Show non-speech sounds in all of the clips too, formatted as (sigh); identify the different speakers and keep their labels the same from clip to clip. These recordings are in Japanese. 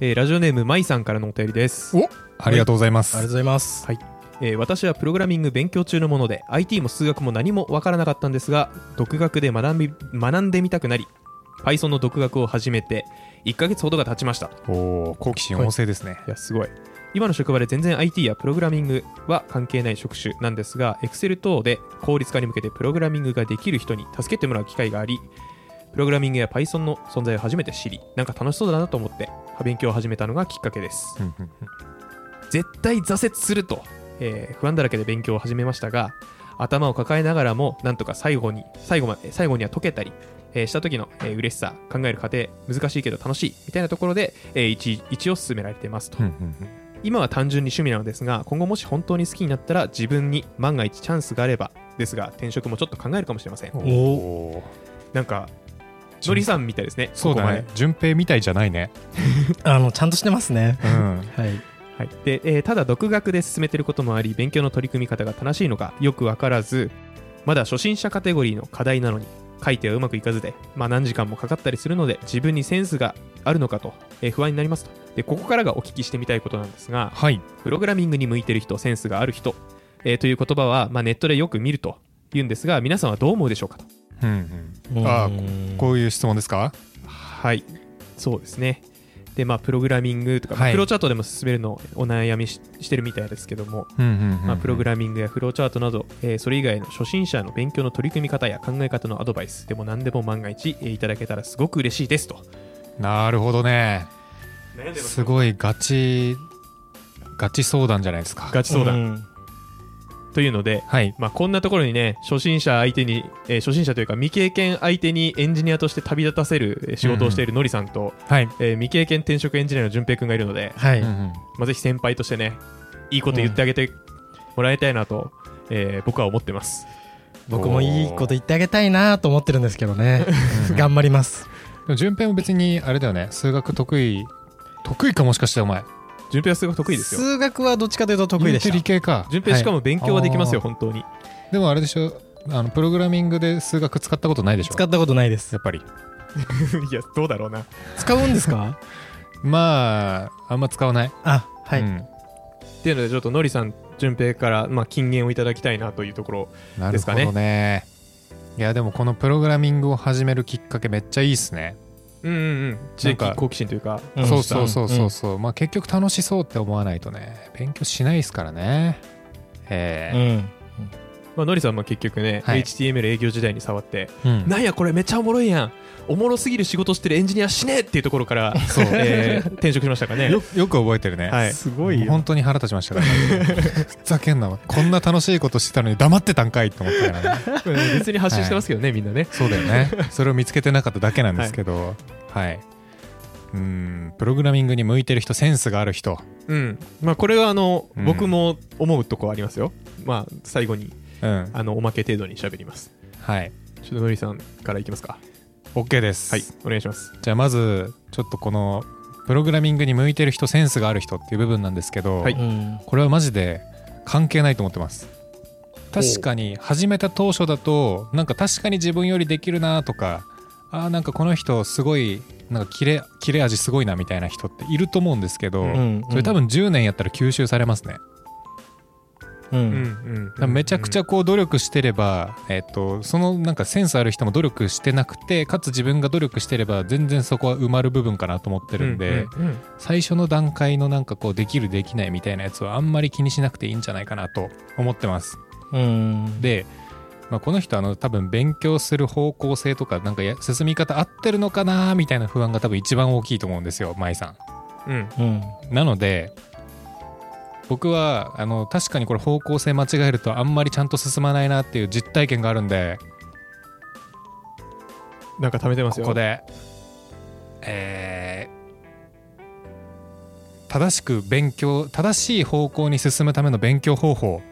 Speaker 1: えーラジオネームまいさんからのお便りです、
Speaker 2: おありがとうございます、
Speaker 3: ありがとうございます。
Speaker 1: えー私はプログラミング勉強中のもので IT も数学も何もわからなかったんですが独学で学び学んでみたくなり Python の独学を始めて1ヶ月ほどが経ちました
Speaker 2: おお好奇心旺盛ですね、
Speaker 1: いやすごい今の職場で全然 IT やプログラミングは関係ない職種なんですが Excel 等で効率化に向けてプログラミングができる人に助けてもらう機会がありプログラミングや Python の存在を初めて知りなんか楽しそうだなと思って勉強を始めたのがきっかけです
Speaker 2: うんうん
Speaker 1: 絶対挫折すると、えー不安だらけで勉強を始めましたが頭を抱えながらもなんとか最後に最後まで最後には解けたり、えーした時の、えー嬉しさ考える過程難しいけど楽しいみたいなところで、えー一一を進められてますと
Speaker 2: うんうんうん
Speaker 1: 今は単純に趣味なのですが今後もし本当に好きになったら自分に万が一チャンスがあればですが転職もちょっと考えるかもしれません
Speaker 3: お
Speaker 2: おー
Speaker 1: なんかのりさんみたいですね
Speaker 2: そうだね順平みたいじゃないね
Speaker 3: あの、ちゃんとしてますね。
Speaker 2: うん
Speaker 3: はい。
Speaker 1: はいでえーただ独学で進めてることもあり勉強の取り組み方が正しいのかよくわからずまだ初心者カテゴリーの課題なのに書いてはうまくいかずで、まあ、何時間もかかったりするので自分にセンスがあるのかと、えー不安になりますとでここからがお聞きしてみたいことなんですが
Speaker 2: はい
Speaker 1: プログラミングに向いてる人センスがある人、えーという言葉は、まあ、ネットでよく見ると言うんですが皆さんはどう思うでしょうかと
Speaker 2: うんうんああこういう質問ですか
Speaker 1: はいそうですねでまあプログラミングとか、まあ
Speaker 2: はい
Speaker 1: フローチャートでも進めるのをお悩みししてるみたいですけども、
Speaker 2: うんうんうん
Speaker 1: まあ、プログラミングやフローチャートなど、えーそれ以外の初心者の勉強の取り組み方や考え方のアドバイスでも何でも万が一、えーいただけたらすごく嬉しいですと
Speaker 2: なるほどねすごいガチガチ相談じゃないですか
Speaker 1: ガチ相談、
Speaker 3: ん
Speaker 1: というので
Speaker 2: はい
Speaker 1: まあ、こんなところにね、初心者相手に、えー初心者というか未経験相手にエンジニアとして旅立たせるえー仕事をしているのりさんと、
Speaker 2: はい、
Speaker 1: えー未経験転職エンジニアの淳平くんがいるので、
Speaker 3: はい。
Speaker 2: うんうん
Speaker 1: まあ、ぜひ先輩としてね、いいこと言ってあげてもらいたいなと、えー僕は思ってます。
Speaker 3: 僕もいいこと言ってあげたいなと思ってるんですけどね。 (laughs) 頑張ります。
Speaker 2: でも順平も別にあれだよね数学得意得意かもしかしてお前
Speaker 1: 淳平はすごく得意ですよ。
Speaker 3: 数学はどっちかというと得意でし
Speaker 2: インテリ
Speaker 3: た。
Speaker 2: 系か
Speaker 1: 淳平しか
Speaker 2: は
Speaker 1: も勉強はできますよ、
Speaker 3: あー
Speaker 1: 本当に。 (laughs)
Speaker 2: いでもあれでしょあのプログラミングで数学使ったことないでしょ
Speaker 3: 使ったことないです
Speaker 2: や。っぱり
Speaker 1: いや、どうだろうな。
Speaker 3: 使うんですか
Speaker 2: まああんま使わない、
Speaker 3: あ、は
Speaker 2: う
Speaker 3: い。
Speaker 2: ん
Speaker 1: っていうので、ちょっとのりさん、淳平から、まあ、金言をいただきたいなというところ、
Speaker 2: なる
Speaker 1: です
Speaker 2: ほ
Speaker 1: か
Speaker 2: ど
Speaker 1: ね
Speaker 2: ねいやでもこのプログラミングを始めるきっかけめっちゃいいっすね、
Speaker 1: うんうんうん、知
Speaker 2: なん
Speaker 1: 的
Speaker 2: か
Speaker 1: 好奇心というか、
Speaker 3: うん
Speaker 2: そうそうそうそうそう、まあ結局楽しそうって思わないとね勉強しないですからね
Speaker 3: う
Speaker 2: え
Speaker 3: ん。
Speaker 1: まあのりさんも結局ね、
Speaker 2: はい
Speaker 1: HTML 営業時代に触って、
Speaker 2: えうん
Speaker 1: なんやこれめっちゃおもろいやんおもろすぎる仕事してるエンジニアしねえっていうところから、えー転職しましたからね
Speaker 2: よよく覚えてるね、
Speaker 1: はい
Speaker 3: すごいよ。
Speaker 2: 本当に腹立ちましたから
Speaker 3: (laughs)
Speaker 2: ふざけんなこんな楽しいことしてたのに黙ってたんかいって思ったからね
Speaker 1: うん別に発信してますけどね、みんなね
Speaker 2: そうだよねそれを見つけてなかっただけなんですけどはい、うーんプログラミングに向いてる人センスがある人
Speaker 1: うんまあこれはあの、
Speaker 2: うん
Speaker 1: 僕も思うとこありますよまあ最後に
Speaker 2: うん
Speaker 1: あのおまけ程度に喋ります
Speaker 2: はい
Speaker 1: ちょっとのりさんからいきますか
Speaker 2: OK です、
Speaker 1: はいお願いします
Speaker 2: じゃあまずちょっとこのプログラミングに向いてる人センスがある人っていう部分なんですけど、
Speaker 1: はい
Speaker 3: うん。
Speaker 2: これはマジで関係ないと思ってます確かに始めた当初だとなんか確かに自分よりできるなとかあーなんかこの人すごいなんか切れ切れ味すごいなみたいな人っていると思うんですけど、
Speaker 3: うん
Speaker 2: それ多分10年やったら吸収されますね
Speaker 3: う。
Speaker 1: うんん
Speaker 2: だからめちゃくちゃこう努力してれば、えっとそのなんかセンスある人も努力してなくてかつ自分が努力してれば全然そこは埋まる部分かなと思って
Speaker 1: て
Speaker 2: るんで、最初の段階のなんかこうできるできないみたいなやつはあんまり気にしなくていいんじゃないかなと思ってます
Speaker 3: うん。
Speaker 2: で、まあ、この人あの多分勉強する方向性とかなんかや進み方合ってるのかなみたいな不安が多分一番大きいと思うんですよ舞さ
Speaker 1: うん
Speaker 3: うん。
Speaker 2: んなので僕はあの確かにこれ方向性間違えるとあんまりちゃんと進まないなっていう実体験があるんで
Speaker 1: なんか貯めてます
Speaker 2: こ
Speaker 1: よ
Speaker 2: こでえー正しく勉強正しい方向に進むための勉強方法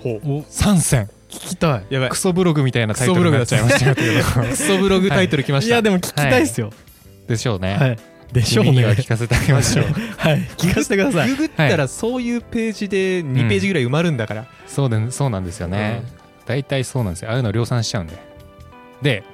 Speaker 1: ほう
Speaker 3: お、
Speaker 2: 3選
Speaker 3: 聞きたい。
Speaker 1: やばい
Speaker 2: クソブログみたいなタイトルになっちゃいましたけど
Speaker 1: クソブログタイトルきま
Speaker 3: い
Speaker 1: した、
Speaker 3: や、でも聞きたいですよ。
Speaker 2: (laughs) でしょうね、
Speaker 3: はい。でしょう
Speaker 2: 君に
Speaker 3: ね。
Speaker 2: は聞かせてあげましょう
Speaker 3: (laughs) はい。聞かせてください。
Speaker 1: ググったらそういうページで2ページぐらい埋まるんだから、
Speaker 2: そうでそうなんですよね、大体そうなんですよああいうの量産しちゃうんでで、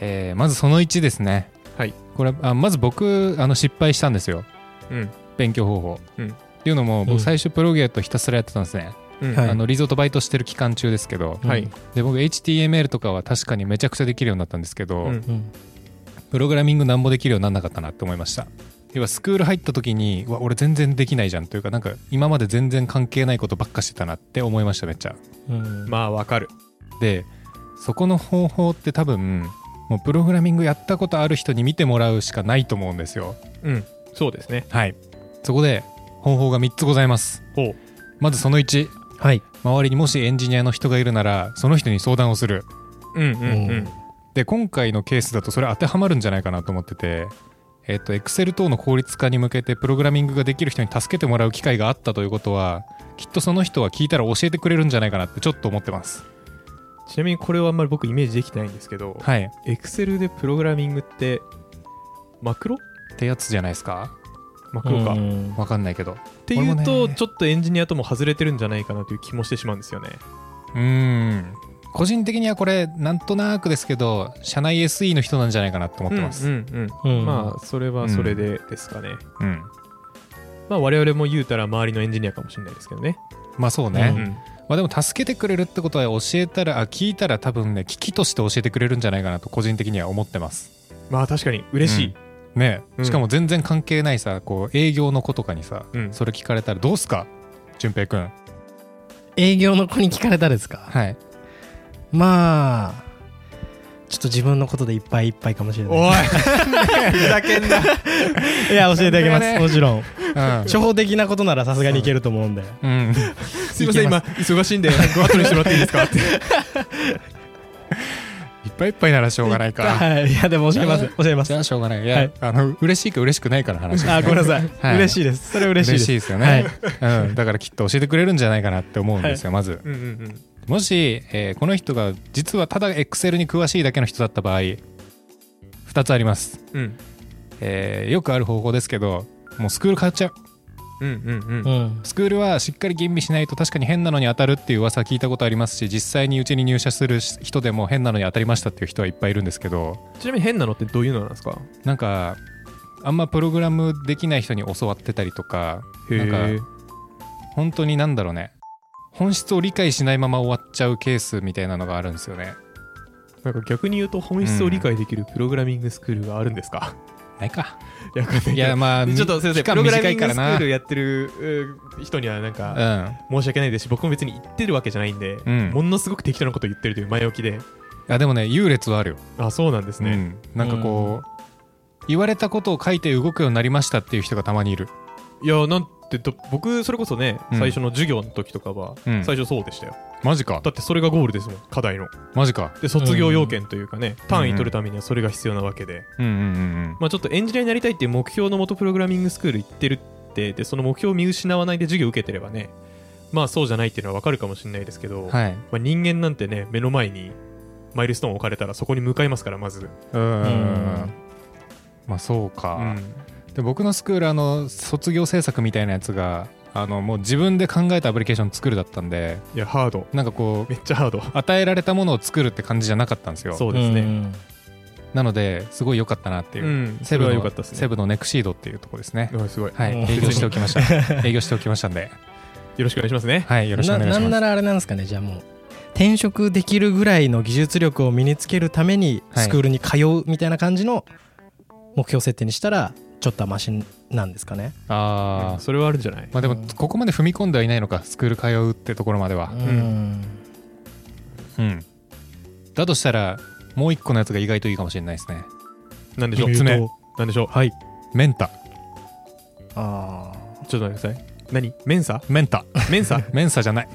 Speaker 2: えーまずその1ですね
Speaker 1: はい
Speaker 2: これあまず僕あの失敗したんですよ
Speaker 1: うん
Speaker 2: 勉強方法、
Speaker 1: うん
Speaker 2: っていうのも
Speaker 3: うん
Speaker 2: 僕最初プロゲートひたすらやってたんですね、
Speaker 1: うん
Speaker 3: はい
Speaker 2: あのリゾートバイトしてる期間中ですけど、
Speaker 3: うん
Speaker 1: はい
Speaker 2: で僕 HTML とかは確かにめちゃくちゃできるようになったんですけど、
Speaker 1: うん
Speaker 3: うん
Speaker 2: プログラミングなんもできるようになんなかったなって思いました要はスクール入った時にうわ俺全然できないじゃんというかなんか今まで全然関係ないことばっかしてたなって思いましためっちゃ
Speaker 3: うん
Speaker 1: まあわかる
Speaker 2: でそこの方法って多分もうプログラミングやったことある人に見てもらうしかないと思うんですよ
Speaker 1: うんそうですね
Speaker 2: はいそこで方法が3つございます
Speaker 1: ほう
Speaker 2: まずその1
Speaker 3: はい
Speaker 2: 周りにもしエンジニアの人がいるならその人に相談をする
Speaker 1: うんうんうん
Speaker 2: で今回のケースだとそれ当てはまるんじゃないかなと思っててえっと Excel 等の効率化に向けてプログラミングができる人に助けてもらう機会があったということはきっとその人は聞いたら教えてくれるんじゃないかなってちょっと思ってます
Speaker 1: ちなみにこれはあんまり僕イメージできてないんですけど
Speaker 2: はいっ
Speaker 1: Excel でプログラミングってマクロ
Speaker 2: てやつじゃないですか
Speaker 1: マクロか
Speaker 3: う
Speaker 1: っ
Speaker 3: ん
Speaker 2: わかんないけど
Speaker 1: ていう
Speaker 2: 俺も
Speaker 1: と
Speaker 2: ね
Speaker 1: ちょっとエンジニアとも外れてるんじゃないかなという気もしてしまうんですよね
Speaker 2: うーん個人的にはこれなんとなくですけど社内 SE の人なんじゃないかなと思ってます、
Speaker 1: うんうん
Speaker 3: う
Speaker 1: うん
Speaker 3: ん
Speaker 1: まあそれはそれでですかね、
Speaker 2: うん
Speaker 1: まあ我々も言うたら周りのエンジニアかもしれないですけどね
Speaker 2: まあそうね、
Speaker 3: うん
Speaker 2: まあ、でも助けてくれるってことは教えたらあ聞いたら多分ね聞きとして教えてくれるんじゃないかなと個人的には思ってます
Speaker 1: まあ確かに嬉しい、
Speaker 2: うんね
Speaker 1: うん
Speaker 2: しかも全然関係ないさこう営業の子とかにさ、
Speaker 1: うん
Speaker 2: それ聞かれたらどうすか淳平くん
Speaker 3: 営業の子に聞かれたですか
Speaker 2: はい
Speaker 3: まあちょっと自分のことでいっぱいいっぱいかもしれない
Speaker 1: おいふざけんない
Speaker 3: や教えてあげ
Speaker 2: な
Speaker 3: ます、
Speaker 2: んだよね
Speaker 3: もちろん
Speaker 1: (laughs)
Speaker 2: うん
Speaker 3: 初歩的なことならさすがにいけると思うんで、
Speaker 2: うん、
Speaker 1: (laughs) すいません
Speaker 3: いけ
Speaker 1: 今
Speaker 3: ま
Speaker 1: 忙
Speaker 2: (laughs)
Speaker 1: しいんでご後にしてもらっていいですかって
Speaker 2: いっぱいいっぱいならしょうがないか
Speaker 3: はいいやでも教えます教えま
Speaker 2: (laughs)
Speaker 3: す
Speaker 2: じゃあしょうがないいや、
Speaker 3: はい
Speaker 2: あの嬉しいか嬉しくないかの話ですね
Speaker 3: あごめんなさい、
Speaker 2: はい
Speaker 3: 嬉しいですそれ嬉しい
Speaker 2: 嬉
Speaker 3: です
Speaker 2: しいですよね、うん、だからきっと教えてくれるんじゃないかなって思うんですよ、まず
Speaker 1: うんうん
Speaker 2: もし、えーこの人が実はただ Excel に詳しいだけの人だった場合2つあります、
Speaker 1: うんうん
Speaker 2: えーよくある方法ですけどもうスクール通っちゃう
Speaker 1: うんうんうん
Speaker 3: うん
Speaker 2: スクールはしっかり吟味しないと確かに変なのに当たるっていう噂聞いたことありますし実際にうちに入社する人でも変なのに当たりましたっていう人はいっぱいいるんですけど
Speaker 1: ちなみに変なのってどういうのなんですか
Speaker 2: なんかあんまプログラムできない人に教わってたりとかなんか
Speaker 1: へえ
Speaker 2: 本当になんだろうね本質を理解しないまま終わっちゃうケースみたいなのがあるんですよね
Speaker 1: なんか逆に言うと本質を理解できるプログラミングスクールがあるんですか、
Speaker 2: ないか
Speaker 1: いやわかんないけど
Speaker 2: (laughs) いや (laughs) まあ
Speaker 1: ちょっとすいません
Speaker 2: 期
Speaker 1: プ
Speaker 2: 間
Speaker 1: ログラ
Speaker 2: 短
Speaker 1: ミン
Speaker 2: い
Speaker 1: グ
Speaker 2: か
Speaker 1: ス
Speaker 2: ら
Speaker 1: ク
Speaker 2: な
Speaker 1: ールやってるうー人にはなんか
Speaker 2: うん
Speaker 1: 申し訳ないですし僕も別に言ってるわけじゃないんで、
Speaker 2: うん
Speaker 1: ものすごく適当なこと言ってるという前置きで
Speaker 2: あでもね優劣はあるよ、
Speaker 1: あそうなんですね、
Speaker 2: うんなんかこう、言われたことを書いて動くようになりましたっていう人がたまにいる
Speaker 1: いやなんてど僕それこそね、
Speaker 2: うん
Speaker 1: 最初の授業の時とかは、
Speaker 2: うん
Speaker 1: 最初そうでしたよ
Speaker 2: マジか
Speaker 1: だってそれがゴールですもん課題の
Speaker 2: マジか
Speaker 1: で卒業要件というかね、単位取るためにはそれが必要なわけで、
Speaker 2: うんうんうん
Speaker 1: まあ、ちょっとエンジニアになりたいっていう目標のもとプログラミングスクール行ってるってでその目標を見失わないで授業受けてればねまあそうじゃないっていうのは分かるかもしれないですけど、
Speaker 2: うんはい
Speaker 1: まあ、人間なんてね目の前にマイルストーンを置かれたらそこに向かいますからまず、
Speaker 2: うん
Speaker 3: うん
Speaker 2: まあそう
Speaker 1: う
Speaker 2: か、
Speaker 1: ん
Speaker 2: で僕のスクールあの卒業制作みたいなやつがあのもう自分で考えたアプリケーション作るだったんで
Speaker 1: いやハード
Speaker 2: なんかこう
Speaker 1: めっちゃハード
Speaker 2: 与えられたものを作るって感じじゃなかったんですよ
Speaker 1: そうですね、
Speaker 2: なのですごい良かったなって
Speaker 1: う
Speaker 2: い
Speaker 1: ん
Speaker 2: う、
Speaker 1: それ
Speaker 2: セブ
Speaker 1: は
Speaker 2: の
Speaker 1: 良かったですね
Speaker 2: セブのネクシードっていうとこですね、
Speaker 1: うんすごい
Speaker 2: はい
Speaker 3: うん
Speaker 2: 営業しておきまし
Speaker 1: (laughs)
Speaker 2: た営業しておきましたんで
Speaker 1: よろしくお願いしますね
Speaker 2: はいよろしくお
Speaker 3: な
Speaker 2: 願いし
Speaker 3: なん
Speaker 2: ま
Speaker 3: な
Speaker 2: す
Speaker 3: らあれなんですかねじゃあもう転職できるぐらいの技術力を身につけるために
Speaker 2: はい
Speaker 3: スクールに通うみたいな感じの目標設定にしたらちょっとはマシなんですかね
Speaker 2: あ
Speaker 1: うん
Speaker 2: あ
Speaker 1: それはあるんじゃない、
Speaker 2: まあでも
Speaker 3: うん
Speaker 2: ここまで踏み込んではいないのかスクール通うってところまでは
Speaker 1: ん
Speaker 2: うんだとしたらもう一個のやつが意外といいかもしれないですね
Speaker 1: なんでしょう
Speaker 2: 四つ目
Speaker 1: なんでしょうはい
Speaker 2: メンタ
Speaker 3: あ
Speaker 1: ちょっと待ってください何メンサ
Speaker 2: メンタ
Speaker 1: メ
Speaker 2: (laughs)
Speaker 1: ンサ
Speaker 2: メンサじゃない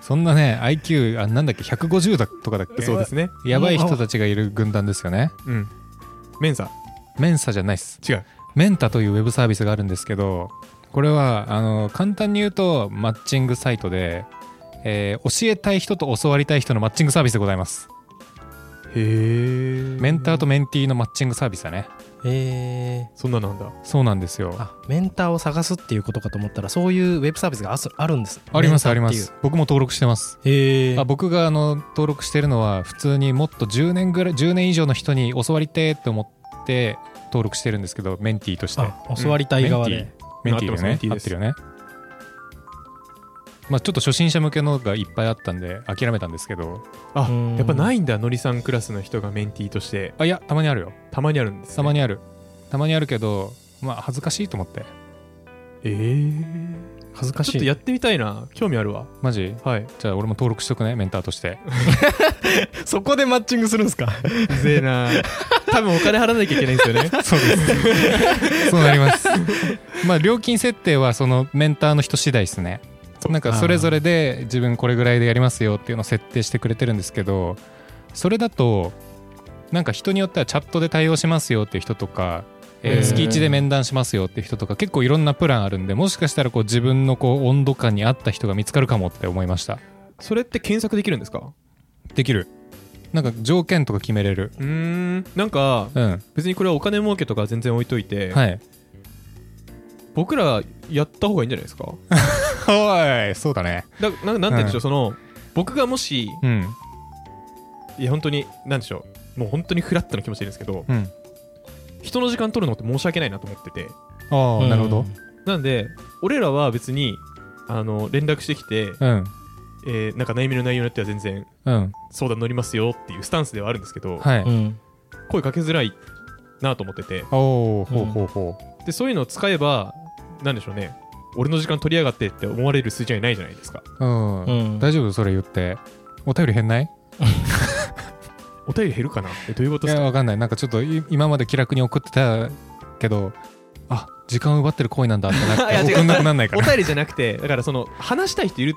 Speaker 2: そんなね IQ あなんだっけ150だとかだっけ
Speaker 1: そうです (laughs) ね
Speaker 2: やばい人たちがいる軍団ですよね
Speaker 1: うんメンサ
Speaker 2: メンサじゃないっす
Speaker 1: 違う
Speaker 2: メンタというウェブサービスがあるんですけどこれはあの簡単に言うとマッチングサイトで、えー教えたい人と教わりたい人のマッチングサービスでございます
Speaker 1: へえ
Speaker 2: メンターとメンティーのマッチングサービスだね
Speaker 3: あえー
Speaker 1: そんななんだ
Speaker 2: そうなんですよ
Speaker 3: あメンターを探すっていうことかと思ったらそういうウェブサービスがあすあるんですね
Speaker 2: ありますあ
Speaker 3: メ
Speaker 2: り
Speaker 3: ン
Speaker 2: ま
Speaker 3: ターっていう
Speaker 2: す僕も登録してます
Speaker 3: へえ
Speaker 2: あ僕があの登録してるのは普通にもっと10年ぐらい10年以上の人に教わりてーって思って登録してるんですけどメンティーとして
Speaker 3: あ教わりたい側で
Speaker 2: メンティーだよ
Speaker 1: 合
Speaker 2: ね
Speaker 1: って
Speaker 2: 合
Speaker 1: ま
Speaker 2: っ
Speaker 1: す
Speaker 2: てるよねまあちょっと初心者向けのがいっぱいあったんで諦めたんですけど
Speaker 1: あ
Speaker 3: うん
Speaker 1: やっぱないんだのりさんクラスの人がメンティーとして
Speaker 2: あいやたまにあるよ
Speaker 1: たまにあるんです、ね、
Speaker 2: たまにあるたまにあるけどまあ恥ずかしいと思って
Speaker 1: ええ
Speaker 3: 恥ずか
Speaker 1: ちょ
Speaker 3: し
Speaker 1: っと
Speaker 3: い
Speaker 1: やってみたいな興味あるわ
Speaker 2: マジ
Speaker 1: はい
Speaker 2: じゃあ俺も登録しとくねメンターと (laughs) して
Speaker 3: そこでマッチングするんですか
Speaker 1: うぜえな (laughs) 多分お金払わなきゃいけないんですよね
Speaker 2: そうですそうなりますまあ料金設定はそのメンターの人次第ですねなんかそれぞれで自分これぐらいでやりますよっていうのを設定してくれてるんですけどそれだとなんか人によってはチャットで対応しますよっていう人とか、えー
Speaker 1: うん
Speaker 2: 月1で面談しますよっていう人とか結構いろんなプランあるんでもしかしたらこう自分のこう温度感に合った人が見つかるかもって思いました
Speaker 1: (laughs) それって検索できるんですか
Speaker 2: できるなんか条件とか決めれる
Speaker 1: うーんなんか
Speaker 2: うん
Speaker 1: 別にこれはお金儲けとか全然置いといて、
Speaker 2: はい
Speaker 1: 僕らやった方がいいんじゃないですか
Speaker 2: おいそうだね
Speaker 1: だななんて言うんでしょう、その僕がもし
Speaker 2: うん
Speaker 1: いや本当になんでしょうもう本当にフラットな気持ちでいいんですけど
Speaker 2: うん
Speaker 1: 人の時間取るのって申し訳ないなと思ってて
Speaker 2: ああなるほど
Speaker 1: なんで俺らは別にあの連絡してきて、
Speaker 2: うん
Speaker 1: えーなんか悩みの内容によっては全然
Speaker 2: うん
Speaker 1: 相談乗りますよっていうスタンスではあるんですけど、
Speaker 2: はい、
Speaker 3: うん
Speaker 1: 声かけづらいなと思ってて
Speaker 2: おお
Speaker 3: うん
Speaker 2: ほうほうほう、
Speaker 1: でそういうのを使えばなんでしょうね俺の時間取りやがってって思われる筋合いないじゃないですか
Speaker 2: うん
Speaker 3: うん
Speaker 2: 大丈夫それ言ってお便り変ない
Speaker 1: お便り減るかなえどういうこと
Speaker 2: い
Speaker 1: です
Speaker 2: や
Speaker 1: か
Speaker 2: わかんないなんかちょっとい今まで気楽に送ってたけどあ時間を奪ってる行為なんだってな
Speaker 1: いや
Speaker 2: っ
Speaker 1: 違
Speaker 2: て
Speaker 1: う
Speaker 2: 送んなくなんないか
Speaker 1: お
Speaker 2: ら
Speaker 1: 便りじゃなくてだからその話したい人いる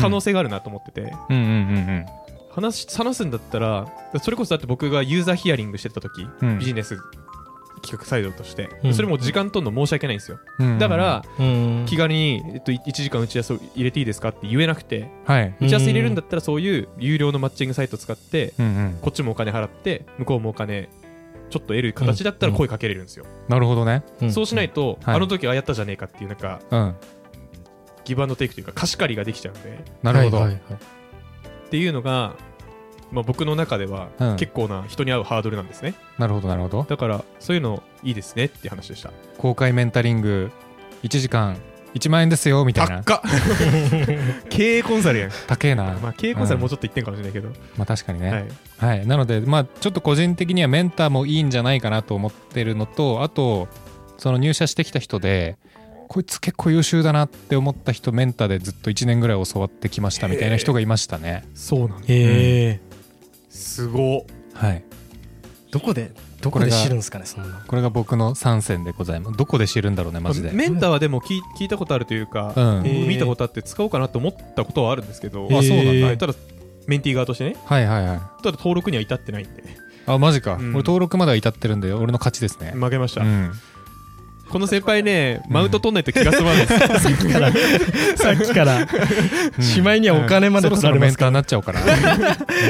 Speaker 1: 可能性があるなと思ってて、
Speaker 2: うんうんうん
Speaker 1: 話し話すんだったらそれこそだって僕がユーザーヒアリングしてた時、
Speaker 2: うん
Speaker 1: ビジネス企画サイドとして、
Speaker 3: うん
Speaker 1: それも時間とんの申し訳ないんですよ、
Speaker 2: うんうん
Speaker 1: だから
Speaker 3: うん
Speaker 1: 気軽に、えっと、1時間打ち合わせを入れていいですかって言えなくて
Speaker 2: はい
Speaker 3: うん
Speaker 1: 打ち合わせ入れるんだったらそういう有料のマッチングサイト使って
Speaker 2: うんうん
Speaker 1: こっちもお金払って向こうもお金ちょっと得る形だったら声かけれるんですよ、
Speaker 2: なるほどね
Speaker 3: うん
Speaker 1: そうしないと、
Speaker 2: はい
Speaker 1: あの時ああやったじゃねえかっていうなんか
Speaker 2: うん
Speaker 1: ギブアンドテイクというか貸し借りができちゃうんで
Speaker 2: なるほど、
Speaker 3: はいはいはい
Speaker 1: っていうのが、まあ、僕の中では
Speaker 2: うん
Speaker 1: 結構な人に会うハードルなんですね、
Speaker 2: なるほどなるほど
Speaker 1: だからそういうのいいですねっていう話でした
Speaker 2: 公開メンタリング1時間1万円ですよみたいな
Speaker 1: っ (laughs) 経営コンサルやん、
Speaker 2: 高えな
Speaker 1: まあ、経営コンサルもうちょっと言ってんかもしれないけど、
Speaker 2: まあ確かにね、
Speaker 1: はい、
Speaker 2: はい、なので、まあ、ちょっと個人的にはメンターもいいんじゃないかなと思ってるのとあとその入社してきた人でこいつ結構優秀だなって思った人メンターでずっと1年ぐらい教わってきましたみたいな人がいましたね。
Speaker 1: そうなんだ
Speaker 3: へえ
Speaker 1: すごっ
Speaker 2: はい、
Speaker 3: どこでど
Speaker 2: こ
Speaker 3: こ
Speaker 2: れ
Speaker 3: で
Speaker 2: が
Speaker 3: 知るんですかねそんな
Speaker 2: これが僕の3選でございますどこで知るんだろうねマジで。
Speaker 1: メンターはでも聞い聞いたことあるというか、
Speaker 2: うん
Speaker 1: 僕
Speaker 3: へー
Speaker 1: 見たことあって使おうかなと思ったことはあるんですけど、
Speaker 2: あそうなんだ
Speaker 1: はいただメンティー側としてね
Speaker 2: はいはいはい。
Speaker 1: ただ登録には至ってないんで
Speaker 2: あマジか、
Speaker 1: うん
Speaker 2: 俺登録までは至ってるんで俺の勝ちですね。
Speaker 1: 負けました、
Speaker 2: うん、
Speaker 1: この先輩ねマウント取んないと気が済まないです、
Speaker 3: さっきからさっきから
Speaker 1: (laughs)
Speaker 2: うん
Speaker 3: しまいにはお金まで
Speaker 2: そろ
Speaker 3: 取
Speaker 2: そ
Speaker 3: ら
Speaker 2: ろ
Speaker 3: れ
Speaker 2: メ
Speaker 3: ま
Speaker 2: ン
Speaker 3: すか
Speaker 2: ターになっちゃうからメ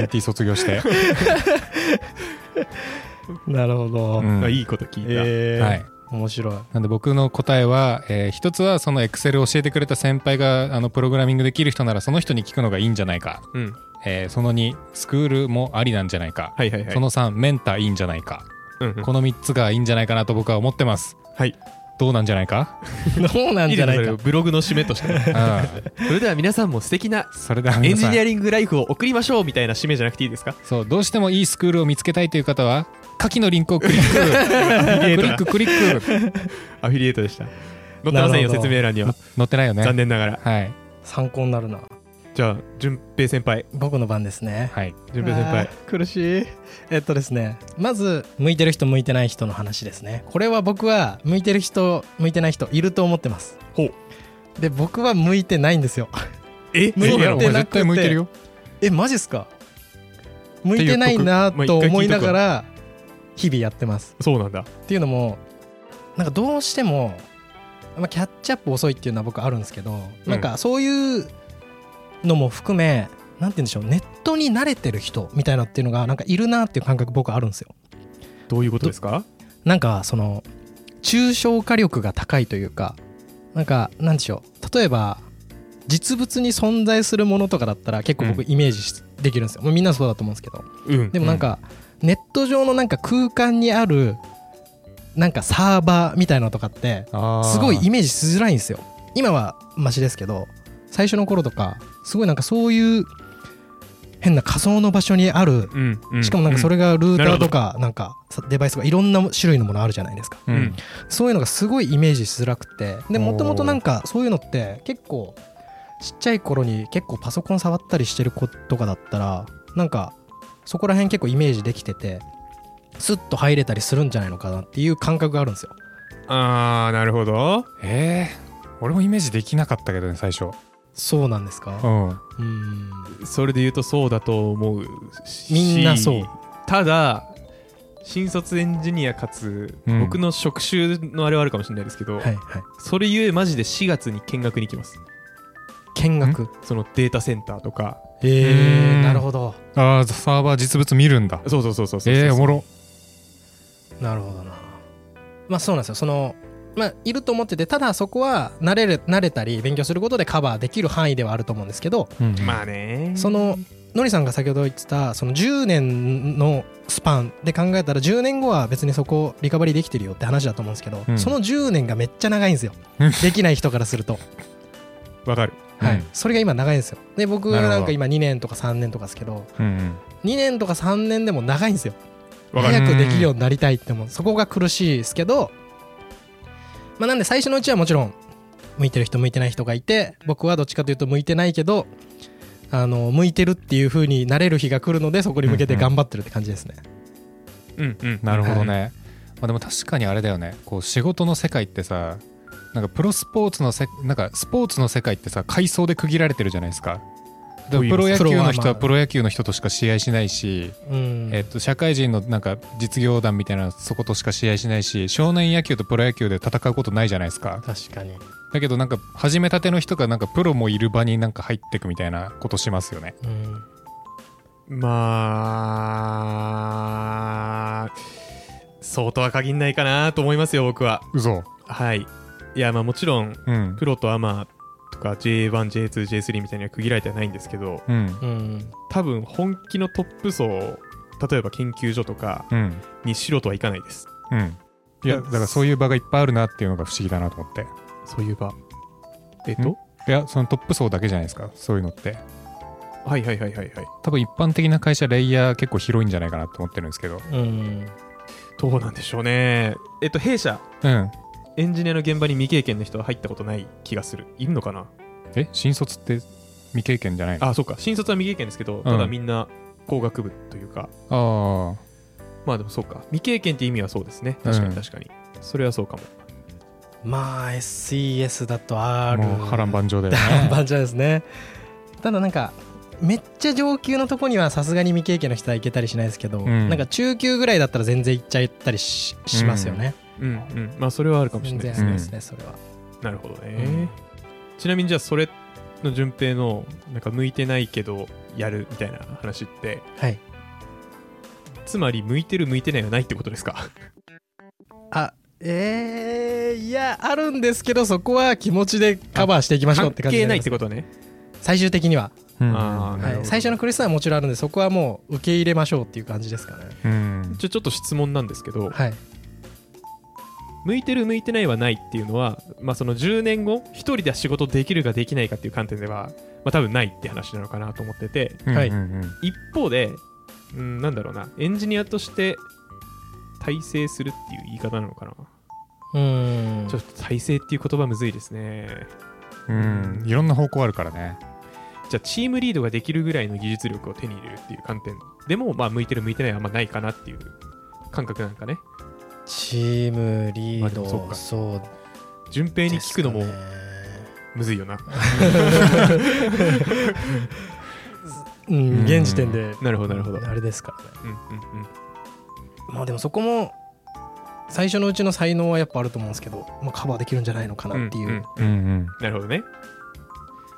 Speaker 2: ンティー卒
Speaker 1: (laughs)
Speaker 2: 業して、
Speaker 3: なるほ
Speaker 1: (laughs)
Speaker 3: ど
Speaker 2: うん
Speaker 1: あいいこと聞いた、
Speaker 3: え
Speaker 2: は
Speaker 3: え
Speaker 2: い、
Speaker 3: 面白い
Speaker 2: なんで僕の答えは、えー一つはその Excel を教えてくれた先輩があのプログラミングできる人ならその人に聞くのがいいんじゃないか、
Speaker 1: うん
Speaker 2: えーその2スクールもありなんじゃないか、
Speaker 1: はいはいはい
Speaker 2: その3メンターいいんじゃないか、
Speaker 1: うんうん
Speaker 2: この3つがいいんじゃないかなと僕は思ってます
Speaker 1: はい
Speaker 2: どうなんじゃな
Speaker 1: (laughs)
Speaker 2: いか、
Speaker 3: どうなん
Speaker 1: いい
Speaker 3: じ
Speaker 1: で
Speaker 3: ゃ
Speaker 1: すね
Speaker 3: な
Speaker 1: それ
Speaker 3: いか
Speaker 1: ブログの締めとして
Speaker 2: うん、
Speaker 1: それでは皆さんも素敵な
Speaker 2: それでは
Speaker 1: エン
Speaker 2: 皆
Speaker 1: ジ
Speaker 2: さん
Speaker 1: ニアリングライフを送りましょうみたいな締めじゃなくていいですか
Speaker 2: そうどうしてもいいスクールを見つけたいという方は下記のリンクをクリッ
Speaker 1: (laughs)
Speaker 2: ククリッククリック
Speaker 1: アフィリエイトでした載ってませんよ
Speaker 3: なるほど
Speaker 1: 説明欄には
Speaker 2: 載ってないよね
Speaker 1: 残念ながら
Speaker 2: はい
Speaker 3: 参考になるな
Speaker 1: じゃあ順平先輩
Speaker 3: 僕の番ですね
Speaker 2: はい
Speaker 1: 順平先輩
Speaker 3: あー苦しいえっとですねまず向いてる人向いてない人の話ですねこれは僕は向いてる人向いてない人いると思ってます
Speaker 1: ほう
Speaker 3: で僕は向いてないんですよ (laughs)
Speaker 1: え
Speaker 3: 向いて
Speaker 2: いやお前
Speaker 3: な
Speaker 2: 絶
Speaker 3: くて
Speaker 2: 対向いてるよ
Speaker 3: えマジっすか向いてない
Speaker 1: っ
Speaker 3: な
Speaker 1: て言っ
Speaker 3: と
Speaker 1: とくまあ
Speaker 3: 思い
Speaker 1: 一回聞いと
Speaker 3: な
Speaker 1: く
Speaker 3: が
Speaker 1: わ
Speaker 3: ら日々やってます
Speaker 1: そうなんだ
Speaker 3: っていうのもなんかどうしても、まあ、キャッチアップ遅いっていうのは僕あるんですけど、なんかそういうのも含めなんて言うんでしょうネットに慣れてる人みたいなっていうのがなんかいるなっていう感覚僕あるんですよ
Speaker 1: どういうことですか
Speaker 3: なんかその抽象化力が高いというかなんかなんでしょう例えば実物に存在するものとかだったら結構僕
Speaker 2: う
Speaker 3: イメージしできるんですよ、まあみんなそうだと思うんですけど
Speaker 1: うん
Speaker 3: でもなんかネット上のなんか空間にあるなんかサーバーみたいなのとかってすごいイメージしづらいんですよ今はマシですけど最初の頃とかすごいなんかそういう変な仮想の場所にある
Speaker 1: うんうん
Speaker 3: しかもなんかそれがルー
Speaker 1: な
Speaker 3: タ
Speaker 1: るほ
Speaker 3: ー
Speaker 1: ど
Speaker 3: とかなんかさデバイスとかいろんな種類のものあるじゃないですか
Speaker 2: う
Speaker 1: うんん
Speaker 3: そういうのがすごいイメージしづらくてで
Speaker 2: おー
Speaker 3: もともとなんかそういうのって結構ちっちゃい頃に結構パソコン触ったりしてる子とかだったらなんかそこら辺結構イメージできててスッと入れたりするんじゃないのかなっていう感覚があるんですよ
Speaker 1: ああなるほど
Speaker 2: えー、俺もイメージできなかったけどね最初
Speaker 3: そうなんです
Speaker 2: う
Speaker 3: か
Speaker 2: ん
Speaker 3: うん
Speaker 1: それで言うとそうだと思うし
Speaker 3: みんなそう
Speaker 1: ただ新卒エンジニアかつ、
Speaker 2: うん
Speaker 1: 僕の職種のあれはあるかもしれないですけど、
Speaker 3: はいはい
Speaker 1: それゆえマジで4月に見学に行きます
Speaker 3: 見学
Speaker 1: そのデータセンターとか
Speaker 3: え
Speaker 2: う
Speaker 3: ー
Speaker 2: ん
Speaker 3: なるほど
Speaker 2: あーサーバー実物見るんだ
Speaker 1: そうそうそうそうそう
Speaker 2: えー、おもろ
Speaker 3: なるほどなまあそうなんですよそのまあいると思っててただそこは慣れる慣れたり勉強することでカバーできる範囲ではあると思うんですけど
Speaker 2: うん
Speaker 1: まあね
Speaker 3: そののりさんが先ほど言ってたその10年のスパンで考えたら10年後は別にそこリカバリーできてるよって話だと思うんですけど、
Speaker 2: うん
Speaker 3: その10年がめっちゃ長いんですよ
Speaker 2: うん
Speaker 3: できない人からすると、
Speaker 1: わかる
Speaker 3: はい
Speaker 2: うん
Speaker 3: それが今長いんですよで僕
Speaker 2: なるほど
Speaker 3: なんか今2年とか3年とかですけど
Speaker 2: うん
Speaker 3: 2年とか3年でも長いんですよ
Speaker 2: わかる
Speaker 3: 早くできるようになりたいって思うそこが苦しいですけど、まあ、なんで最初のうちはもちろん向いてる人向いてない人がいて僕はどっちかというと向いてないけどあの向いてるっていう風になれる日が来るのでそこに向けて頑張ってるって感じですね、
Speaker 1: うんうん
Speaker 2: なるほどね、まあ、でも確かにあれだよねこう仕事の世界ってさなんかプロスポーツのせなんかスポーツの世界ってさ階層で区切られてるじゃないですかだ
Speaker 1: と
Speaker 2: から
Speaker 1: 言い
Speaker 2: プロ
Speaker 3: ま
Speaker 2: 野
Speaker 3: す
Speaker 2: 球の人
Speaker 3: プロは
Speaker 2: は
Speaker 3: まあ
Speaker 2: プロ野球の人としか試合しないし、
Speaker 3: うん
Speaker 2: えっと、社会人のなんか実業団みたいなそことしか試合しないし少年野球とプロ野球で戦うことないじゃないですか
Speaker 3: 確かに、
Speaker 2: だけどなんか始めたての人がなんかプロもいる場になんか入ってくみたいなことしますよね
Speaker 3: うん、
Speaker 1: まあそうとは限んないかなと思いますよ僕は
Speaker 2: 嘘
Speaker 1: はいいやまあもちろん
Speaker 2: うん
Speaker 1: プロとアマとか J1J2J3 みたいには区切られてはないんですけど
Speaker 2: うん
Speaker 3: うん、
Speaker 1: 多分本気のトップ層例えば研究所とか
Speaker 2: うん
Speaker 1: にしろとはいかないです
Speaker 2: うんいやだからそういう場がいっぱいあるなっていうのが不思議だなと思って
Speaker 1: そういう場えっと
Speaker 2: んいやそのトップ層だけじゃないですかそういうのって
Speaker 1: はいはいはいはいはい
Speaker 2: 多分一般的な会社レイヤー結構広いんじゃないかなと思ってるんですけど
Speaker 3: うん、
Speaker 1: どうなんでしょうねえっと弊社
Speaker 2: うん
Speaker 1: エンジニアの現場に未経験の人は入ったことない気がするいるのかな
Speaker 2: え新卒って未経験じゃないのあ
Speaker 1: あそうか新卒は未経験ですけどただみんな工学部というか、
Speaker 2: あー
Speaker 1: まあでもそうか未経験って意味はそうですね確か
Speaker 2: うん
Speaker 1: に確かに、それはそうかも
Speaker 3: まあ SES だと R
Speaker 2: もう波乱万丈だよ
Speaker 3: 波乱
Speaker 2: ね
Speaker 3: 万丈ですねただなんかめっちゃ上級のとこにはさすがに未経験の人は行けたりしないですけど、
Speaker 2: ん
Speaker 3: なんか中級ぐらいだったら全然行っちゃったりししますよね、
Speaker 1: うんうんまあそれはあるかもしれ
Speaker 3: 全
Speaker 1: ない
Speaker 3: 然
Speaker 1: で
Speaker 3: あ
Speaker 1: す
Speaker 3: り
Speaker 1: ね、
Speaker 3: ますね、それは
Speaker 1: なるほどね、
Speaker 3: うん
Speaker 1: ちなみにじゃあそれの順平のなんか向いてないけどやるみたいな話って
Speaker 3: はい
Speaker 1: つまり向いてる向いてないがないってことですか
Speaker 3: あえー、いやあるんですけどそこは気持ちでカバーしていきましょうっ
Speaker 1: 関
Speaker 3: て感じに
Speaker 1: 係な
Speaker 3: り
Speaker 1: いっ
Speaker 3: ます
Speaker 1: てことね
Speaker 3: 最終的には、
Speaker 2: うん
Speaker 1: あーな
Speaker 3: は
Speaker 1: るほど
Speaker 3: い、最初の苦しさはもちろんあるんでそこはもう受け入れましょうっていう感じですかね
Speaker 2: うん
Speaker 1: ちょちょっと質問なんですけど
Speaker 3: はい
Speaker 1: 向いてる向いてないはないっていうのは、まあ、その10年後一人で仕事できるかできないかっていう観点では、まあ、多分ないって話なのかなと思ってて
Speaker 2: うん
Speaker 3: はい
Speaker 2: うんうん
Speaker 1: 一方で、うん、なんだろうなエンジニアとして体制するっていう言い方なのかな、
Speaker 3: うーん
Speaker 1: ちょっと体制っていう言葉むずいですね
Speaker 2: うんいろんな方向あるからね
Speaker 1: じゃあチームリードができるぐらいの技術力を手に入れるっていう観点でも、まあ、向いてる向いてないはあんまないかなっていう感覚なんかね
Speaker 3: チームリ
Speaker 1: まあ
Speaker 3: ー
Speaker 1: で
Speaker 3: ド、
Speaker 1: もそうか
Speaker 3: そう
Speaker 1: 順平に聞くのも
Speaker 3: ですかね
Speaker 1: むずいよな、
Speaker 3: うん、
Speaker 2: うん
Speaker 3: 現時点で
Speaker 1: なるほどなるほど、うん
Speaker 3: あれですからね
Speaker 1: うんうん、
Speaker 3: まあでもそこも最初のうちの才能はやっぱあると思うんですけど、まあ、カバーできるんじゃないのかなってい
Speaker 1: んん
Speaker 3: う
Speaker 2: うんうん
Speaker 1: なるほどね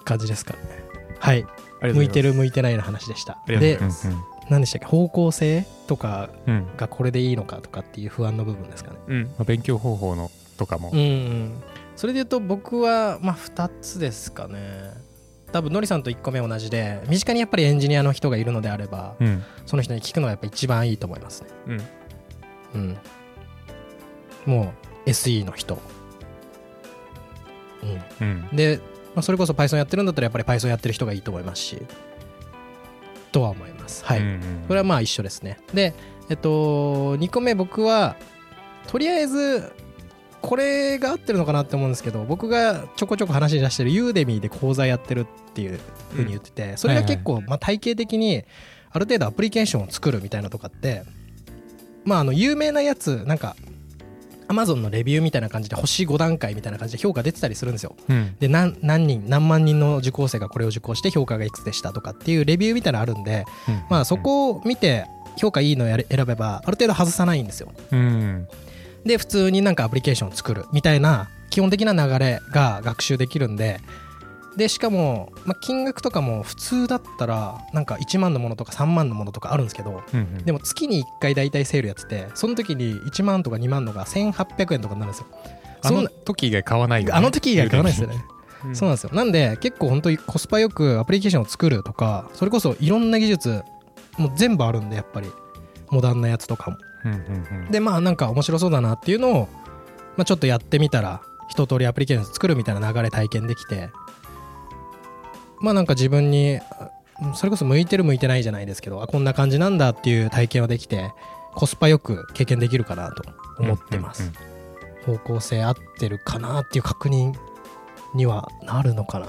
Speaker 3: 感じですからね、は
Speaker 1: あ
Speaker 3: い
Speaker 1: りがとうござ
Speaker 3: 向
Speaker 1: い
Speaker 3: い
Speaker 1: ます
Speaker 3: てる向いてないの話でした
Speaker 1: ありがとうございます
Speaker 3: で何でしたっけ方向性とか
Speaker 2: うんうん
Speaker 3: がこれでいいのかとかっていう不安の部分ですかね
Speaker 1: うん
Speaker 2: まあ勉強方法のとかも
Speaker 3: うん、うん、それで言うと僕はまあ2つですかね多分のりさんと1個目同じで身近にやっぱりエンジニアの人がいるのであれば
Speaker 2: うん
Speaker 3: その人に聞くのはやっぱ一番いいと思いますね
Speaker 1: うん
Speaker 3: うんもう SE の人、うん、
Speaker 2: うん
Speaker 3: で、まあ、それこそ Python やってるんだったらやっぱり Python やってる人がいいと思いますしとは思いますはい、
Speaker 2: うんうん
Speaker 3: これはまあ一緒ですねでえっと2個目僕はとりあえずこれが合ってるのかなって思うんですけど僕がちょこちょこ話に出してるユーデミーで講座やってるっていうふうに言ってて、それが結構まあ体系的にある程度アプリケーションを作るみたいなとかってまああの有名なやつなんか Amazon のレビューみたいな感じで星5段階みたいな感じで評価出てたりするんですよ
Speaker 2: うん
Speaker 3: で何何人何万人の受講生がこれを受講して評価がいくつでしたとかっていうレビューみたいなのあるんで、
Speaker 2: うん
Speaker 3: まあ、そこを見て評価いいのをやれ選べばある程度外さないんですよ
Speaker 2: うん
Speaker 3: で普通になんかアプリケーションを作るみたいな基本的な流れが学習できるんででしかも、まあ、金額とかも普通だったらなんか1万のものとか3万のものとかあるんですけど
Speaker 2: うんうん
Speaker 3: でも月に1回大体セールやっててその時に1万とか2万のが1800円とかになるんですよ
Speaker 2: あ
Speaker 3: そん
Speaker 2: の
Speaker 3: な
Speaker 2: 時以外買わないよね
Speaker 3: あの時以外買わないですよね
Speaker 1: うん
Speaker 3: そうなんですよなんで結構本当にコスパよくアプリケーションを作るとかそれこそいろんな技術もう全部あるんでやっぱりモダンなやつとかも
Speaker 2: うんうんうん
Speaker 3: でまあなんか面白そうだなっていうのを、まあ、ちょっとやってみたら一通りアプリケーション作るみたいな流れ体験できてまあなんか自分にあそれこそ向いてる向いてないじゃないですけどあこんな感じなんだっていう体験はできてコスパよく経験できるかなと思ってます、
Speaker 2: うんうん
Speaker 3: 方向性合ってるかなっていう確認にはなるのかな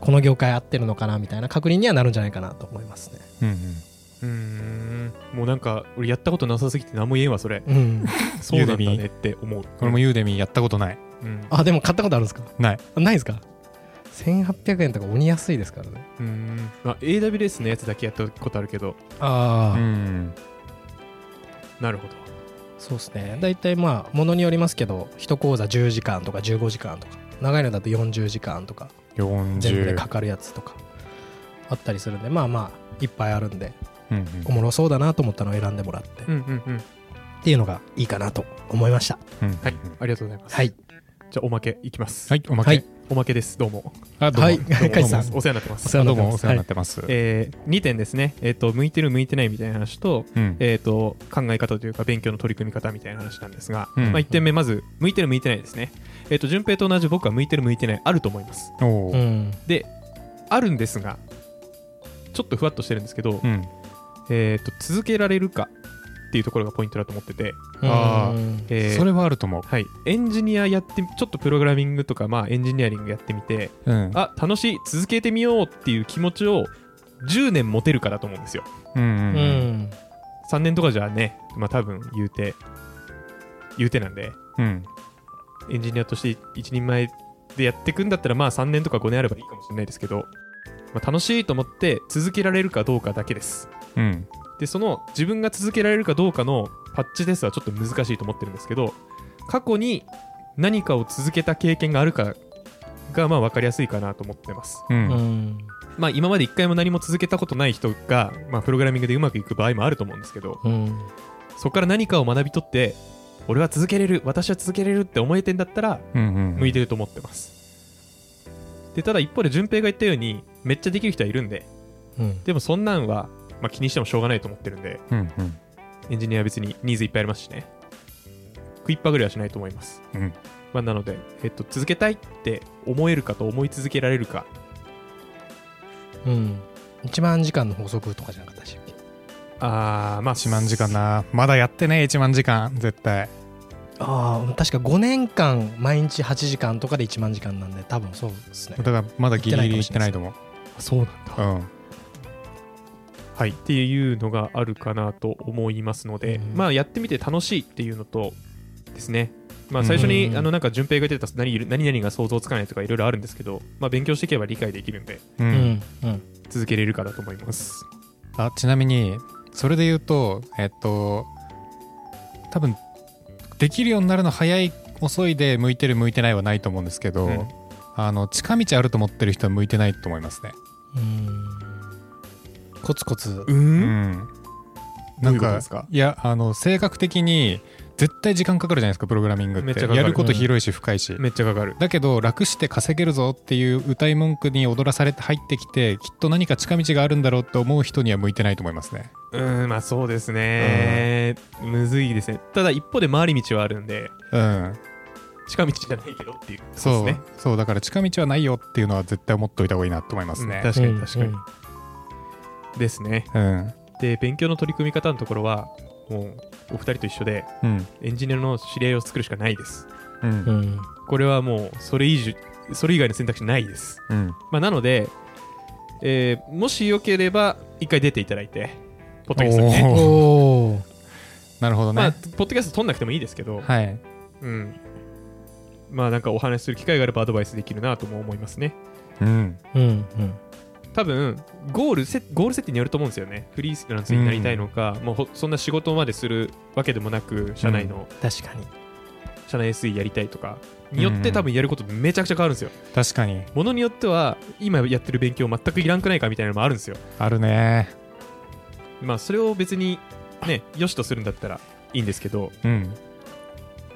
Speaker 3: この業界合ってるのかなみたいな確認にはなるんじゃないかなと思いますね
Speaker 2: うんうん
Speaker 1: うーんもうなんか俺やったことなさすぎて何も言えんわそれ
Speaker 3: うん
Speaker 2: (laughs)
Speaker 1: そうなんだ
Speaker 2: ユーデミ
Speaker 1: ねって思う
Speaker 2: これもユーデミーやったことない
Speaker 1: うん
Speaker 3: あでも買ったことあるんですか
Speaker 2: ない
Speaker 3: あないですか1800円とか鬼安いですからね
Speaker 1: うーんまあ AWS のやつだけやったことあるけど
Speaker 3: あ
Speaker 2: う
Speaker 3: あ、
Speaker 2: ん
Speaker 1: なるほど
Speaker 3: そうですね大体まあものによりますけど1講座10時間とか15時間とか長いのだと40時間とか
Speaker 2: 40
Speaker 3: 全部でかかるやつとかあったりするんでまあまあいっぱいあるんで
Speaker 2: うんうん
Speaker 3: おもろそうだなと思ったのを選んでもらって、
Speaker 1: うんうんうん
Speaker 3: っていうのがいいかなと思いました
Speaker 2: うんうん
Speaker 1: はいありがとうございます
Speaker 3: はい
Speaker 1: じゃあおまけいきます
Speaker 2: はいおま
Speaker 3: はい
Speaker 2: け
Speaker 1: おまけですどうも
Speaker 2: あどうも
Speaker 3: はい
Speaker 2: どうも
Speaker 3: カイさん
Speaker 1: どうもお世話になってま
Speaker 3: お
Speaker 1: す
Speaker 3: 世話に
Speaker 2: ど
Speaker 3: な
Speaker 2: うも
Speaker 3: ってま
Speaker 2: お
Speaker 3: す
Speaker 2: 世話になってます
Speaker 1: えー、2点ですね、えっと向いてる向いてないみたいな話と,、
Speaker 2: うん
Speaker 1: えっと考え方というか勉強の取り組み方みたいな話なんですが、
Speaker 2: うん
Speaker 1: まあ、1点目まず向いてる向いてないですね、えっと順平と同じ僕は向いてる向いてないあると思います
Speaker 2: お
Speaker 3: う
Speaker 2: ー
Speaker 3: ん
Speaker 1: であるんですがちょっとふわっとしてるんですけど、
Speaker 2: うん
Speaker 1: えっと続けられるかっていうところがポイントだと思ってて、
Speaker 2: あー
Speaker 3: うん
Speaker 1: えー
Speaker 2: それはあると思う
Speaker 1: はい、エンジニアやってちょっとプログラミングとか、まあ、エンジニアリングやってみて
Speaker 2: うん
Speaker 1: あ楽しい続けてみようっていう気持ちを10年持てるかだと思うんですよ
Speaker 2: うんうん
Speaker 3: う
Speaker 2: うん
Speaker 3: ん
Speaker 1: 3年とかじゃね、まあ多分言うて、言うてなんで、
Speaker 2: うん
Speaker 1: エンジニアとして一人前でやっていくんだったら、まあ3年とか5年あればいいかもしれないですけど、まあ、楽しいと思って続けられるかどうかだけです。
Speaker 2: うん
Speaker 1: で、その自分が続けられるかどうかのパッチですはちょっと難しいと思ってるんですけど、過去に何かを続けた経験があるかが、まあ分かりやすいかなと思ってます。
Speaker 2: う
Speaker 3: うんん
Speaker 1: まあ今まで一回も何も続けたことない人が、まあプログラミングでうまくいく場合もあると思うんですけど、
Speaker 3: うん
Speaker 1: そこから何かを学び取って俺は続けれる私は続けれるって思えてんだったら
Speaker 2: うんうん
Speaker 1: 向いてると思ってます、でただ一方で順平が言ったようにめっちゃできる人はいるんで
Speaker 3: うん
Speaker 1: でもそんなんは、まあ、気にしてもしょうがないと思ってるんで
Speaker 2: うんうん
Speaker 1: エンジニアは別にニーズいっぱいありますしね食いっぱぐれはしないと思います、
Speaker 2: うん
Speaker 1: まあ、なので、えっと、続けたいって思えるかと思い続けられるか
Speaker 3: うん1万時間の法則とかじゃなかったでしたっけ
Speaker 1: あーまあ
Speaker 2: 1万時間なまだやってねえ1万時間絶対
Speaker 3: ああ確か5年間毎日8時間とかで1万時間なんで多分そうですね
Speaker 2: だからまだギリギリいってないと思う
Speaker 1: そうなんだ
Speaker 2: うん
Speaker 1: はい、っていうのがあるかなと思いますので、
Speaker 3: うん
Speaker 1: まあやってみて楽しいっていうのとですね、まあ、最初に、
Speaker 3: うん
Speaker 1: あのなんか順平が言ってた何々何々が想像つかないとかいろいろあるんですけど、まあ、勉強していけば理解できるんで
Speaker 2: う
Speaker 3: うんんうん
Speaker 1: 続けれるかだと思います。
Speaker 2: あちなみにそれで言うとえっと多分できるようになるの早い遅いで向いてる向いてないはないと思うんですけど、
Speaker 1: うん
Speaker 2: あの近道あると思ってる人は向いてないと思いますね。
Speaker 3: うんコツコツ
Speaker 1: う
Speaker 2: うんん、なん
Speaker 1: どういうこと
Speaker 2: か
Speaker 1: ですか
Speaker 2: いやあの性格的に絶対時間かかるじゃないですかプログラミングって
Speaker 1: めっちゃかかる
Speaker 2: やること広いし深いし、
Speaker 1: めっちゃかかる
Speaker 2: だけど楽して稼げるぞっていう歌い文句に踊らされて入ってきてきっと何か近道があるんだろうって思う人には向いてないと思いますね
Speaker 1: うんまあそうですね、むずいですねただ一方で回り道はあるんで
Speaker 2: うん
Speaker 1: 近道じゃないけどっていうこと
Speaker 2: そう
Speaker 1: ですね
Speaker 2: そうだから近道はないよっていうのは絶対思っといた方がいいなと思います
Speaker 1: うん
Speaker 2: ね
Speaker 1: 確かに確かに、
Speaker 3: うんうん
Speaker 1: ですね
Speaker 2: うん
Speaker 1: で勉強の取り組み方のところはもうお二人と一緒で
Speaker 2: うん
Speaker 1: エンジニアの指令を作るしかないです
Speaker 2: うん
Speaker 3: うん
Speaker 1: これはもうそれ以上それ以外の選択肢ないです、
Speaker 2: うん
Speaker 1: まあ、なので、えーもしよければ一回出ていただいてポッドキャストにね
Speaker 2: おー
Speaker 3: おー
Speaker 2: (laughs) なるほど
Speaker 1: まあ、
Speaker 2: ね
Speaker 1: ポッドキャスト撮んなくてもいいですけど、
Speaker 2: はい
Speaker 1: うんまあなんかお話しする機会があればアドバイスできるなとも思いますね
Speaker 2: うん
Speaker 3: うんうん
Speaker 1: 多分ゴールセゴール設定によると思うんですよねフリーランスになりたいのか、もうほそんな仕事までするわけでもなく社内の、
Speaker 3: 確かに
Speaker 1: 社内 SE やりたいとかによって多分やることめちゃくちゃ変わるんですよ、
Speaker 2: 確かに
Speaker 1: ものによっては今やってる勉強全くいらんくないかみたいなのもあるんですよ
Speaker 2: あるね
Speaker 1: まあそれを別にね良しとするんだったらいいんですけど、
Speaker 2: うん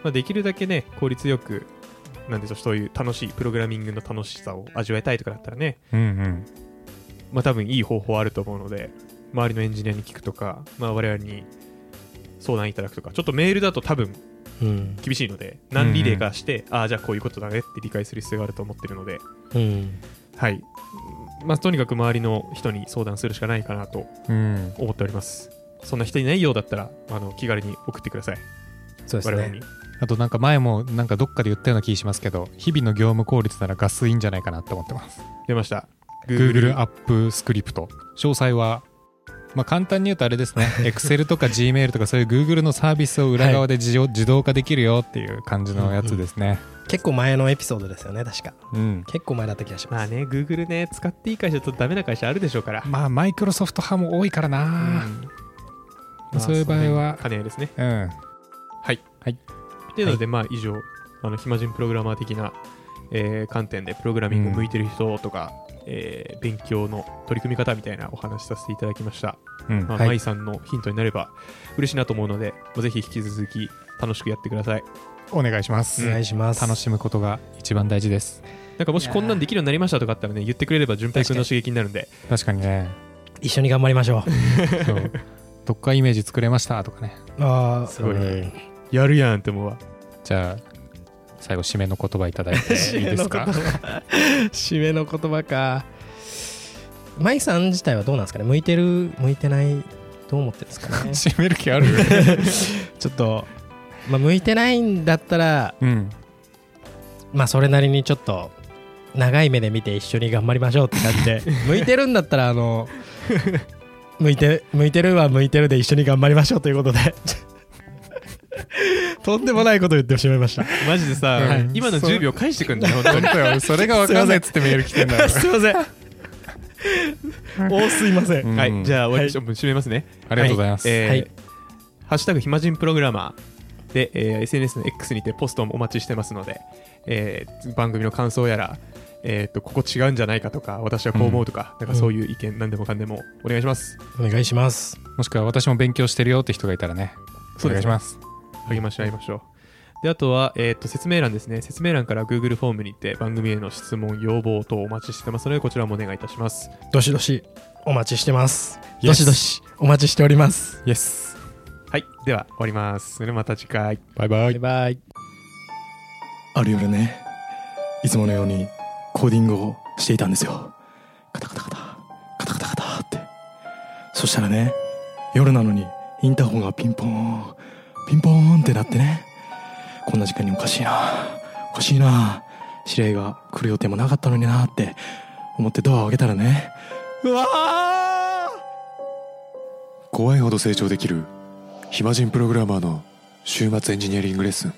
Speaker 1: まあ、できるだけね効率よくなんでしょうそういう楽しいプログラミングの楽しさを味わいたいとかだったらね
Speaker 2: うんうん
Speaker 1: まあ多分いい方法あると思うので周りのエンジニアに聞くとか、まあ、我々に相談いただくとかちょっとメールだと多分
Speaker 3: うん
Speaker 1: 厳しいので何リレーかして、ああじゃあこういうことだねって理解する必要があると思ってるので
Speaker 3: うん
Speaker 1: はい、まあ、とにかく周りの人に相談するしかないかなと
Speaker 2: うん
Speaker 1: 思っておりますそんな人いないようだったらあの気軽に送ってください、
Speaker 3: そうです
Speaker 1: 我々に
Speaker 3: ね
Speaker 2: あとなんか前もなんかどっかで言ったような気しますけど日々の業務効率ならガスいいんじゃないかなと思ってます
Speaker 1: 出ました
Speaker 2: Google アップスクリプト詳細はまあ簡単に言うとあれですね Excel とか Gmail とかそういう Google のサービスを裏側で自,、自動化できるよっていう感じのやつですね
Speaker 3: 結構前のエピソードですよね確か
Speaker 2: うん
Speaker 3: 結構前だった気がし
Speaker 1: ま
Speaker 3: ま
Speaker 1: あ
Speaker 3: す
Speaker 1: ね Google ね使っていい会社とダメな会社あるでしょうから、
Speaker 2: まあマイクロソフト派も多いから
Speaker 1: う
Speaker 2: な、
Speaker 1: ん
Speaker 2: まあそういう場合は
Speaker 1: まあその辺兼ね合いですね
Speaker 2: うん、
Speaker 1: はい。
Speaker 2: はい。
Speaker 1: というので、まあ、以上、あの暇人プログラマー的な、えー観点でプログラミング向いてる人とか、えー勉強の取り組み方みたいなお話しさせていただきました。
Speaker 2: うん
Speaker 1: まあ、
Speaker 2: は
Speaker 1: 舞
Speaker 2: い、
Speaker 1: さんのヒントになれば嬉しいなと思うので、まあぜひ引き続き楽しくやってください。
Speaker 2: お願いします、
Speaker 3: お願いします
Speaker 2: 楽しむことが一番大事です
Speaker 1: なんかもしこんなんできるようになりましたとかあったらね、言ってくれれば順平君の刺激になるんで、
Speaker 2: 確かにね
Speaker 3: 一緒に頑張りましょ
Speaker 2: そうどっかイメージ作れましたとかね
Speaker 3: うああ
Speaker 1: すごい、やるやんって思うわ。
Speaker 2: じゃあ最後締めの言葉いただいていいで
Speaker 1: (laughs)
Speaker 2: すか
Speaker 3: 締めの言葉かマイさん自体はどうなんですかね向いてる向いてないどう思ってるんですか
Speaker 2: (laughs)
Speaker 3: ね
Speaker 2: 締める気ある
Speaker 3: ちょっと、まあ、向いてないんだったら
Speaker 2: うん
Speaker 3: まあそれなりにちょっと長い目で見て一緒に頑張りましょうって感じで向いてるんだったらあの向いて向いてるは向いてるで一緒に頑張りましょうということでとんでもないことを言ってしまいました
Speaker 1: マジでさ、
Speaker 2: (laughs) はい
Speaker 1: 今の10秒返してくんだよ、本当
Speaker 2: 本
Speaker 1: に。
Speaker 2: 当よそれが分かんないっつってメール来てん
Speaker 1: (laughs)
Speaker 2: だ
Speaker 3: すいません (laughs) おすいません、
Speaker 2: うん
Speaker 1: はい、じゃあ、
Speaker 3: はい
Speaker 1: 終わり締めますね。
Speaker 2: ありがとうございます、
Speaker 1: えー
Speaker 3: はい
Speaker 1: ハッシュタグ暇人プログラマーで、えー SNS の X にてポストもお待ちしてますので、えー番組の感想やら、えー、とここ違うんじゃないかとか私はこう思うとか、なんかそういう意見何でもかんでもお願いします、
Speaker 3: お願いします
Speaker 2: もしくは私も勉強してるよって人がいたらね
Speaker 1: そう
Speaker 2: お
Speaker 1: です
Speaker 2: 願いし
Speaker 1: ね
Speaker 2: ます
Speaker 1: 励まし合いましょうであとは、えー、と説明欄ですね説明欄から Google フォームにて番組への質問要望等お待ちしてますのでこちらもお願いいたします
Speaker 3: どしどしお待ちしてます、
Speaker 2: Yes
Speaker 3: どしどしお待ちしております
Speaker 2: イエス
Speaker 1: はいでは終わりますそれではまた次回
Speaker 2: バイバイ
Speaker 3: バイ
Speaker 4: ある夜ねいつものようにコーディングをしていたんですよカタカタカタカタカタカタってそしたらね夜なのにインターホンがピンポーンピンポーンってなってねこんな時間におかしいなおかしいな知り合いが来る予定もなかったのになって思ってドアを開けたらねうわー
Speaker 5: 怖いほど成長できる暇人プログラマーの週末エンジニアリングレッスン